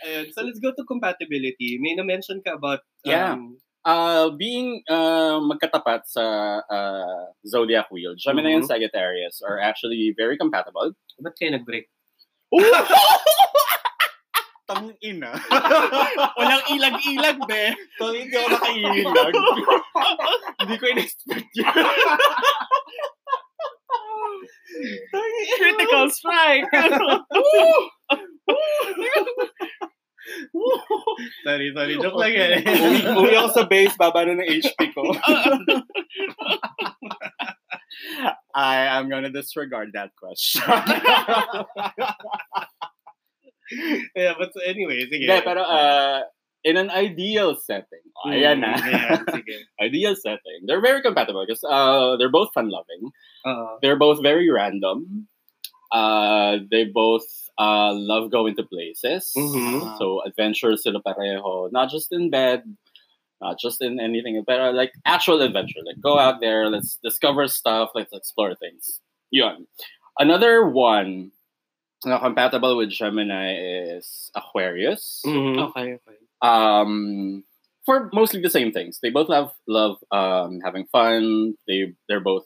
Ayun. Oh, So let's go to compatibility. May na-mention ka about um, Yeah. Uh, being uh, magkatapat sa uh, zodiac wheel, Gemini and Mhm. Sagittarius are actually very compatible. Ba't kayo nag-break? tang ina. Walang ilag-ilag, be. Tol, hindi ako nakailag. hindi ko in-expect yun. Critical strike. Sorry, sorry. Joke lang yan. uwi, uwi ako sa base, baba na ng HP ko. I am gonna disregard that question. yeah, but so anyway, sige. Hindi, pero uh, in an ideal setting, oh, ayan na, Yeah, Mm, sige. ideal setting, they're very compatible because uh, they're both fun-loving. Oo. They're both very random. Uh, they both uh, love going to places. Mhm. So adventures sila pareho. Not just in bed, not just in anything, but uh, like actual adventure. Like go out there, let's discover stuff, let's explore things. Yun. Another one na compatible with Gemini is Aquarius. Oh, okay, okay. Um, for mostly the same things. They both love love um, having fun. They they're both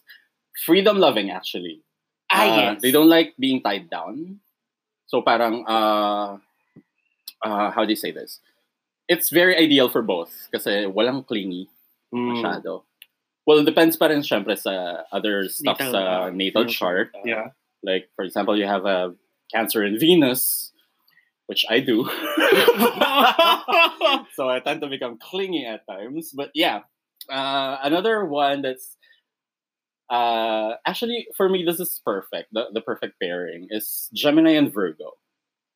freedom loving actually. ah, Uh, yes. They don't like being tied down. So parang uh, uh, how do you say this? It's very ideal for both kasi walang clingy Hmm. masyado. Well, depends pa rin syempre sa other stuff Natal, sa uh, natal natal. chart. ah. Yeah. Like for example, you have a Cancer in Venus, which I do. so I tend to become clingy at times. But yeah, uh, another one that's uh, actually for me this is perfect. The, the perfect pairing is Gemini and Virgo.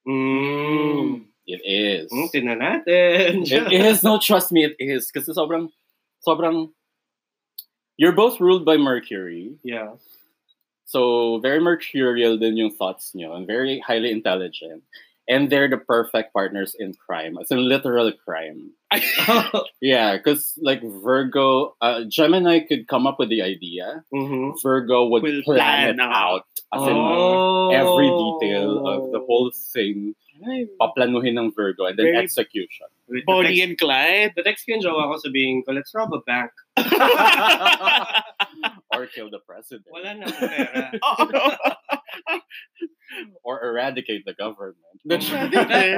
Mm. It is. Mm, tingnan natin. It is. No, trust me, it is. Because sobrang, sobrang. You're both ruled by Mercury, Yeah. so very mercurial din yung thoughts nyo, and very highly intelligent. And they're the perfect partners in crime. It's a literal crime. Yeah, because like Virgo, uh, Gemini could come up with the idea. Mhm. Virgo would Will plan, plan it out. As in, Oh. every detail of the whole thing, paplanuhin ng Virgo, and then Oh. Very- execution. Wait, Bonnie the text- and Clyde. The text ko yung jowa ko sabihin ko, let's rob a bank. or kill the president. Wala na akong pera. Or eradicate the government. That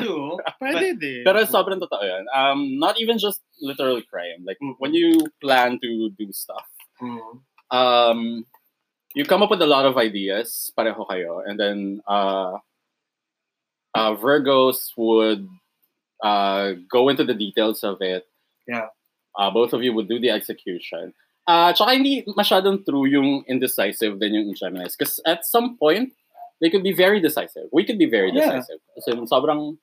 too. Pwede din. Pero sobrang totoo yan. Um, not even just literal crime. Like, Mhm. when you plan to do stuff, Mm. um, you come up with a lot of ideas, pareho kayo, and then uh, uh, Virgos would uh, go into the details of it. Yeah. Uh, both of you would do the execution. Uh, tsaka hindi masyadong true yung indecisive din yung Gemini's. Because at some point, they could be very decisive. We could be very Yeah. decisive. Kasi sobrang,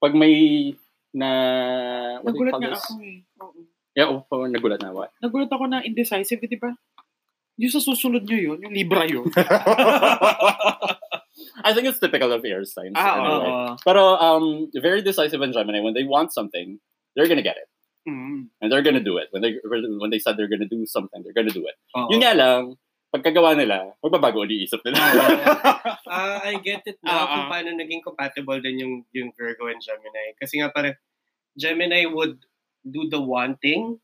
pag may na... what do you Nagulat call nga this? ako eh. Oo. Yeah, oh, oh, nagulat na ako. Nagulat ako na indecisive, eh, di ba? Yung sa susunod nyo yun, yung Libra yun. I think it's typical of air signs. Ah, anyway. Oo. But uh, um, very decisive in Gemini. When they want something, they're gonna get it, Mm. and they're gonna do it. When they when they said they're gonna do something, they're gonna do it. Oo. Yun nga lang, pagkagawa nila, magbabago ulit isip nila. Ah, I get it now Ah, kung ah. paano naging compatible din yung, yung Virgo and Gemini. Kasi nga parang Gemini would do the wanting.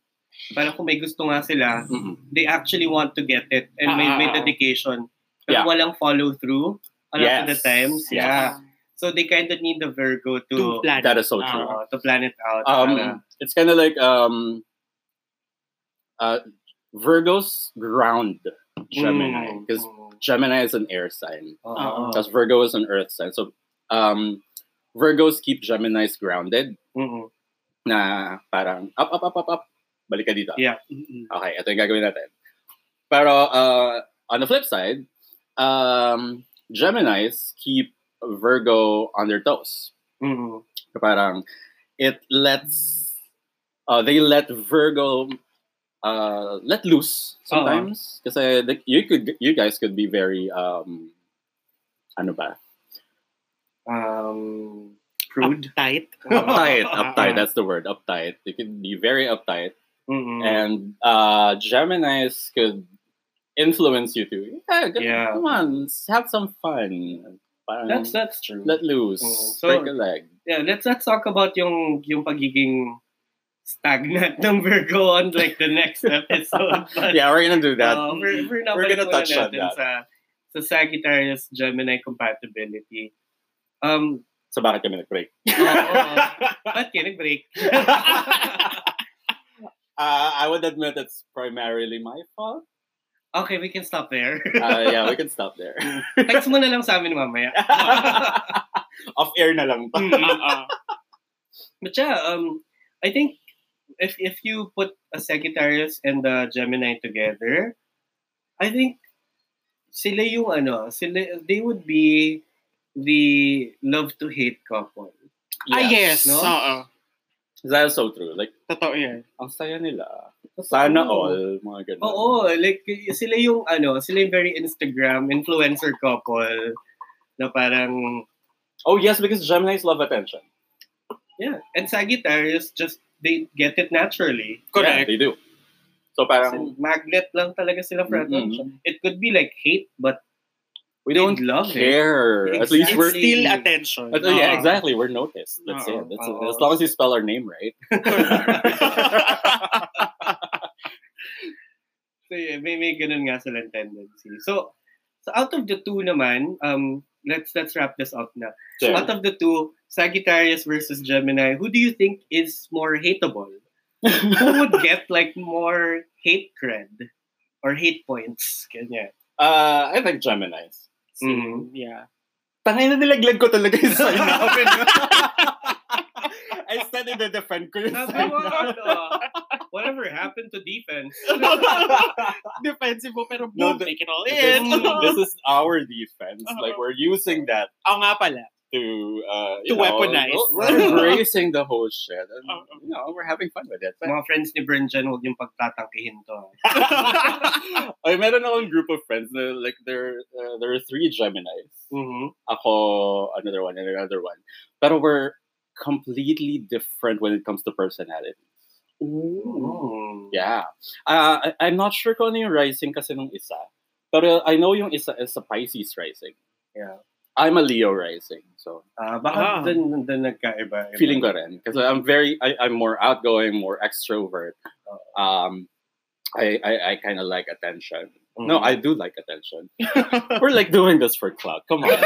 Parang kung may gusto nga sila, Mhm. they actually want to get it and may, Ah, may ah, ah. dedication. Pero Yeah. walang follow through a lot of the Yes. times. Yes. Yeah. Ah, So they kind of need the Virgo to To plan. that is Ah, so true. Oo, to plan it out. para- um, it's kind of like um, uh, Virgos ground Gemini Mm, because mm, Gemini is an air sign, oo. because Virgo is an earth sign. So um, Virgos keep Gemini's grounded. Mm, mm. Na parang up up up up up, balik ka dito. Mm-mm. Okay, ito yung gagawin natin. Pero uh, on the flip side, um, Geminis keep Virgo on their toes. Mm, mm. Parang it lets uh, they let Virgo uh, let loose sometimes kasi like, you could you guys could be very um ano ba Um, Prude. Uptight. uptight uptight that's the word uptight you could be very uptight mm, mm. and uh Geminis could influence you to yeah, go- Yeah. come on let's have some fun Parang that's that's true. let loose Mm. So- break a leg yeah, let's not talk about yung yung pagiging stagnant ng Virgo on like the next episode. But, yeah we're gonna do that uh, we're, we're, We're nabalik gonna muna touch on natin that. Sa, sa Sagittarius Gemini compatibility. Um, So bakit kami nag-break? Ba't kayo nag-break? Uh, I would admit it's primarily my fault. Okay, we can stop there. Uh, yeah, we can stop there. Text mo na lang sa amin mamaya. Off air na lang Mm, Mm, to. But yeah, um, I think if if you put a Sagittarius and a Gemini together, I think sila yung ano, sila, they would be the love to hate couple. Ah, yes. No? Oo. That's so true. Like, Totoo yan. ang saya nila. Sana all. Mga ganun. Oo, like sila yung ano, sila yung very Instagram influencer couple na parang Oh, yes, because Geminis love attention. yeah, and Sagittarius just they get it naturally. Yeah, Correct. they do. So Kasi parang, magnet lang talaga sila for Mm-mm. attention. It could be like hate, but we don't love it. care. At least Exactly. we're... Still attention. At- oh, yeah, Oo. exactly. We're noticed. That's it. Oo. That's it. Oo. As long as you spell our name right. So yeah, may, may ganun nga silang tendency. So, so out of the two naman, um, let's let's wrap this up na. Sure. Out of the two, Sagittarius versus Gemini, who do you think is more hateable? who would get like more hate cred or hate points? Kanya. Uh, I think Geminis. Mm-hmm. Mhm. Mm. Yeah. Tangay na nilaglag ko talaga yung sign namin. I said it na defend ko yung Sabi sign mo, namin. ano, whatever happened to defense? Defensive mo, pero No, boom, the- take it all in. This, this is our defense. Uh-huh. Like, we're using that Oo nga pala. Oh, to, uh, you To know, weaponize. We're embracing the whole shit. And, Oo. Uh-huh. you know, we're having fun with it. Mga friends ni Bern dyan, huwag niyong pagtatangkihin to. ah. I met an old group of friends. na, like, there, uh, there are three Geminis. Mhm. Mm-hmm. Ako, another one, and another one. Pero we're completely different when it comes to personality. Mm. Yeah. Uh, I- I'm not sure kung ano yung rising kasi nung isa. Pero I know yung isa is a Pisces rising. Yeah. I'm a Leo rising. So, Ah, baka Ah. dun, dun nagkaiba. feeling ko rin. Kasi I'm very, I, I'm more outgoing, more extrovert. Um, I, I, I kind of like attention. Mm, No, I do like attention. We're like doing this for clout. Come on.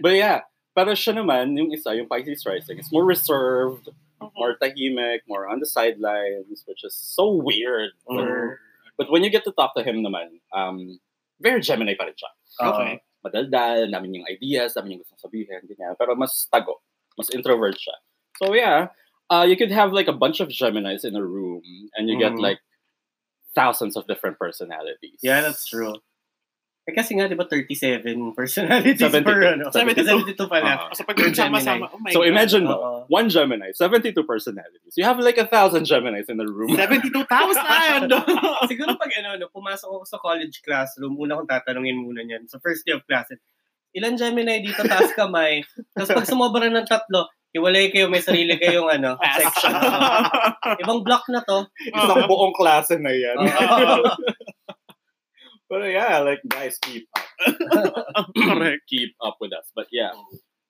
but yeah, pero siya naman, yung isa, yung Pisces rising, is more reserved, more tahimik, more on the sidelines, which is so weird. Mhm. But when you get to talk to him naman, um, very Gemini pa rin siya. Okay. Oh. Madaldal, namin yung ideas, namin yung gusto sabihin, ganyan. Pero mas tago. Mas introvert siya. So yeah, uh, you could have like a bunch of Geminis in a room and you get Mhm. like thousands of different personalities. Yeah, that's true. Eh, kasi nga, di ba, 37 personalities 72. per ano? 72. 72 pala. Uh, Kasi pag sama-sama, oh my so God. imagine mo, Oo. one Gemini, 72 personalities. You have like a thousand Geminis in a room. 72,000! Ah. Siguro pag ano, no, pumasok ako sa college classroom, una kong tatanungin muna niyan. Sa first day of class, ilan Gemini dito, taas kamay. Tapos pag sumobra ng tatlo, hiwalay kayo, may sarili kayong ano, section. Oo. ibang block na to. Isang buong klase na yan. Oo. But yeah, like guys, keep up. Correct. keep up with us. But yeah.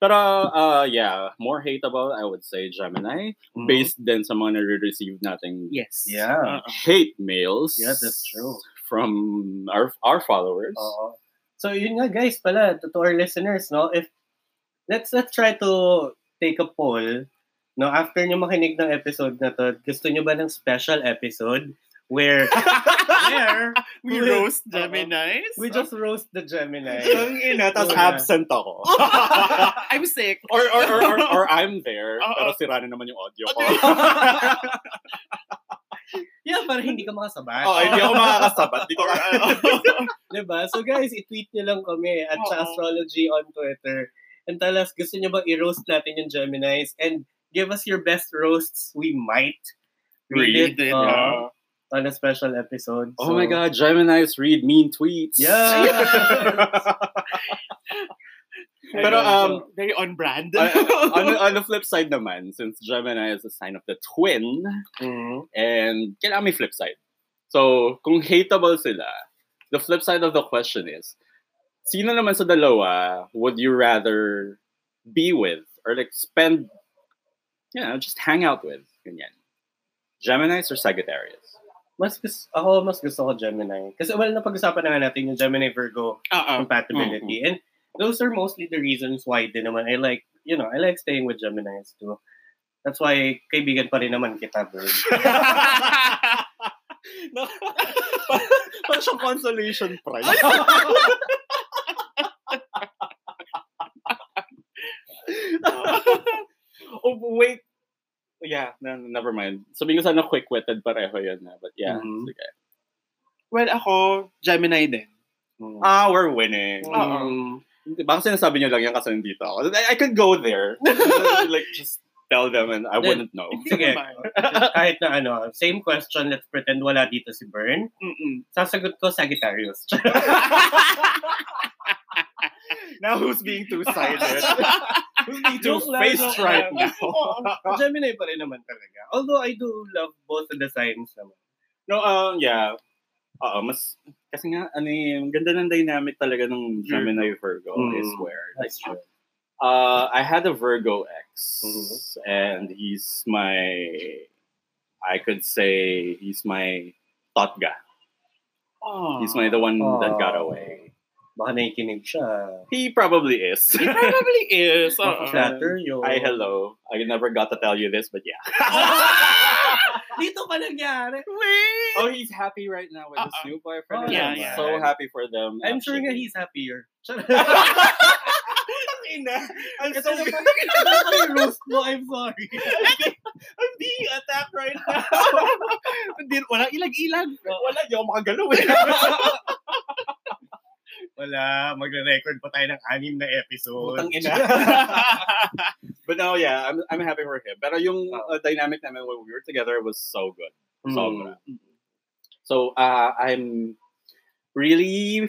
But uh, uh yeah, more hateable I would say Gemini based then someone who received nothing Yes. Yeah. Oo. hate mails. Yeah, that's true. From our our followers. Oo. So yun nga guys pala to, to our listeners no if let's let's try to take a poll no after nyo makinig ng episode na to gusto nyo ba ng special episode where where We Correct. roast Geminis. we just roast the Gemini Ang ina, tas Oo na. absent ako. I'm sick. or, or, or, or, or I'm there, Oo. pero sira na naman yung audio ko. yeah para hindi ka makasabay oh, hindi ako makakasabat. Di ko Diba? So guys, i-tweet nyo lang kami at sa Oo. astrology on Twitter. And tell us, gusto nyo bang i-roast natin yung Geminis? And give us your best roasts. We might read, Read it, it, uh, on a special episode. So, Oh my god, Gemini's read mean tweets. Yeah. Pero, um, very on brand. Uh, on, the- on the flip side naman, since Gemini is a sign of the twin, Mhm. and kailangan may flip side. So, kung hateable sila, the flip side of the question is, sino naman sa dalawa would you rather be with or like spend, you know, just hang out with? Ganyan. Geminis or Sagittarius? Mas gusto, ako mas gusto ko Gemini. Kasi well, napag-usapan na nga natin yung Gemini-Virgo Oo. Mm-hmm. compatibility. And those are mostly the reasons why din naman I like, you know, I like staying with Geminis too. That's why kaibigan pa rin naman kita, bro. Parang siyang consolation prize. oh, wait. yeah, no, no, never mind. Sabihin ko sana quick-witted pareho yun. ah, But yeah, Mhm. sige. Well, ako, Gemini din. Mm-hmm. Ah, we're winning. Oo. Um, Hindi, Baka sinasabi niyo lang yan kasi nandito ako. I, I could go there. like, just tell them and I wouldn't know. sige. Kahit na ano, same question, let's pretend wala dito si Bern. Mm-mm. Sasagot ko Sagittarius. Now who's being two-sided? who's being Joke lang, two-faced joke right lang. now? Ah. Gemini pa rin naman talaga. Although I do love both of the signs naman. No, um, yeah. Oo, mas, kasi nga, ano eh, ang ganda ng dynamic talaga ng Gemini Virgo, Mm. I swear. That's true. Uh, I had a Virgo ex, Mm-hmm. and he's my, I could say, he's my thought guy. Aw. He's my, the one that got Aw. away. Baka nakikinig siya. He probably is. It probably is. oo. Flatter yun. Hi, hello. I never got to tell you this, but yeah. Dito pa nangyari. Wait. Oh, he's happy right now with his Uh-uh. new Oh, boyfriend. and yeah, I'm yeah. so happy for them. I'm sure nga actually. he's happier. I'm Ito so na pa- ito na pa yung roast mo, I'm sorry. I'm being attacked right now. Hindi, walang ilag-ilag. Wala, di ako makagalaw eh. Wala, magre-record pa tayo ng anim na episode. Putang ina. but no, yeah, I'm, I'm happy for him. Pero yung uh, dynamic namin when we were together was so good. Ah. Mm. Sobra. So, uh, I'm really...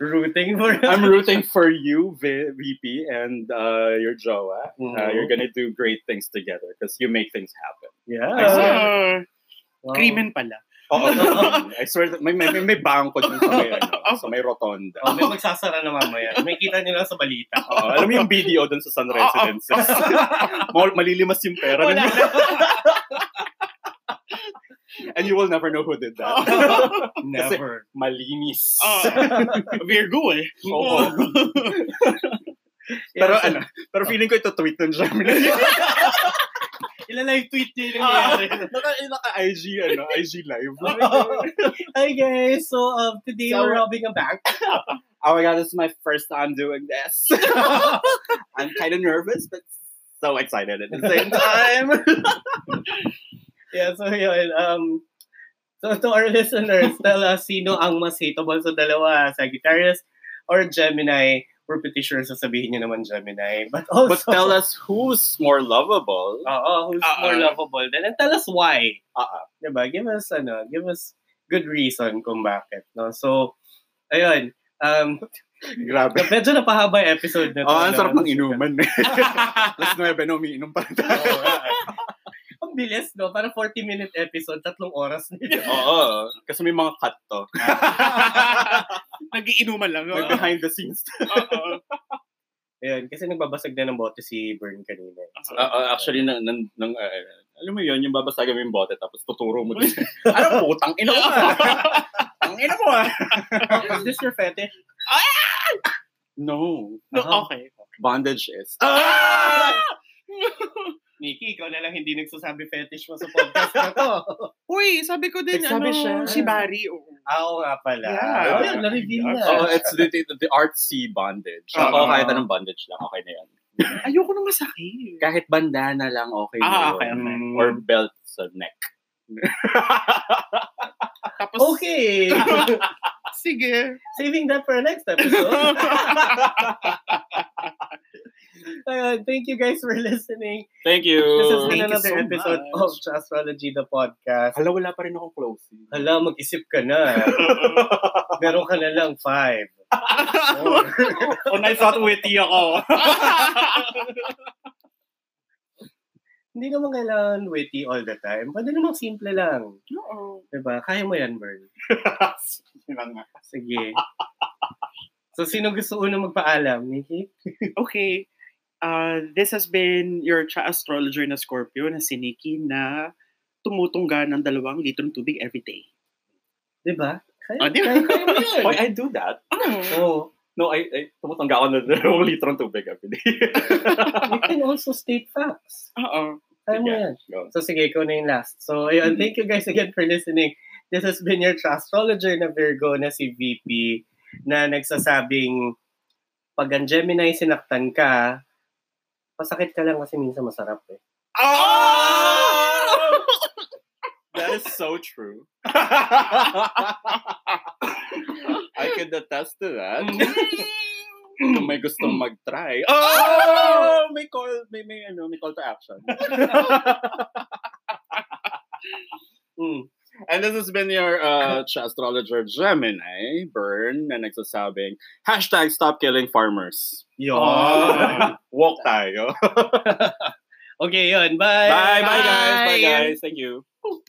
Rooting for I'm rooting for you, V- VP, and uh, your Joa. Uh, Mhm. you're gonna do great things together because you make things happen. Yeah. I swear. Wow. uh, Krimen pala. Oo, I swear, that- may, may, may bangko dun sa may, ano, sa may rotonda. Oh, may magsasara na mamaya. May kita nila sa balita. Oo, alam mo yung BDO dun sa Sun Residences. Mal- malilimas yung pera. Wala. nila. And you will never know who did that. Never. Ah. Malinis. Oo. Virgo eh. Oo. pero ano, pero feeling ko ito tweet nun siya. Ilalive tweet niya yung Ah. nangyari. naka, naka IG, ano, IG live. Hi guys, so um, today So, we're robbing a bank. oh my god, this is my first time doing this. I'm kind of nervous, but so excited at the same time. Yeah, so yun. Um, so to our listeners, tell us sino ang mas hateable sa dalawa, Sagittarius or Gemini. We're pretty sure sasabihin niyo naman Gemini. But also, but tell us who's more lovable. Oo, who's Ah, more ah. lovable then and tell us why. Ah, Diba? Give us, ano, give us good reason kung bakit. No? So, ayun. Um, Grabe. medyo napahaba yung episode na to. Oh, ang no? sarap ng inuman. Last 9, umiinom pa Oo, tayo. ah, ah. ang bilis, no? Para 40-minute episode, tatlong oras nito. Oo. Kasi may mga cut to. Nagiinuman lang. May behind the scenes. Oo. Ayun, kasi nagbabasag na ng bote si Bern kanina. Ah, actually, nang, nang, nang, ah, alam mo yun, yung babasagan mo yung bote tapos tuturo mo. din. Ano putang ina mo ah. Ang ina mo ah. Is this your fetish? oh, No. No, okay. Bondage is. Ah! Nikki, ikaw na lang hindi nagsasabi fetish mo sa podcast na to. Uy, sabi ko din, Nagsabi ano, siya. si Barry. oo. Ako nga pala. Yeah. Ayun, na-reveal na. Oh, it's the, the, the artsy bondage. Oo. Oo, kahit anong bondage lang, okay na yan. Ayoko nang masakit. Kahit bandana lang, okay na Ah, yun. okay, okay. Or belt sa neck. Tapos, Okay. sige. Saving that for our next episode. Ayun, Uh, thank you guys for listening. Thank you. This has been Thank you another so episode much. of Astrology the podcast. Hala, wala pa rin akong closing. Hala, mag-isip ka na. Meron ka na lang five. Four. Oh, I thought witty ako. Hindi naman kailangan witty all the time. Pwede namang simple lang. Oo. Diba? Kaya mo yan, Bern. Sige. So, sino gusto unang magpaalam? Nikki? Okay. Uh, this has been your cha astrologer na Scorpio na si Nikki na tumutungga ng dalawang litrong tubig every day. Diba? Kaya, Ah, di ba? kaya, kaya mo yun. Oh, Why I do that? Oo. No, I, I tumutangga ako ng dalawang litrong tubig every day. You can also state facts. Oo. Kaya mo Sige. yan. Go. So sige, ikaw na yung last. So ayun, Mhm. thank you guys again for listening. This has been your astrologer na Virgo na si VP na nagsasabing pag ang Gemini sinaktan ka, pasakit ka lang kasi minsan masarap eh. Ah! Ah! Oh! that is so true. I can attest to that. Kung may gustong mag-try. Oh! Mm. May call, may, may, ano, may call to action. Mm. And this has been your uh, astrologer Gemini, Burn, na nagsasabing, hashtag stop killing farmers. Yun. Oh. Walk tayo. Okay, yun. Bye! Bye, bye guys. Bye Bye. guys. Thank you.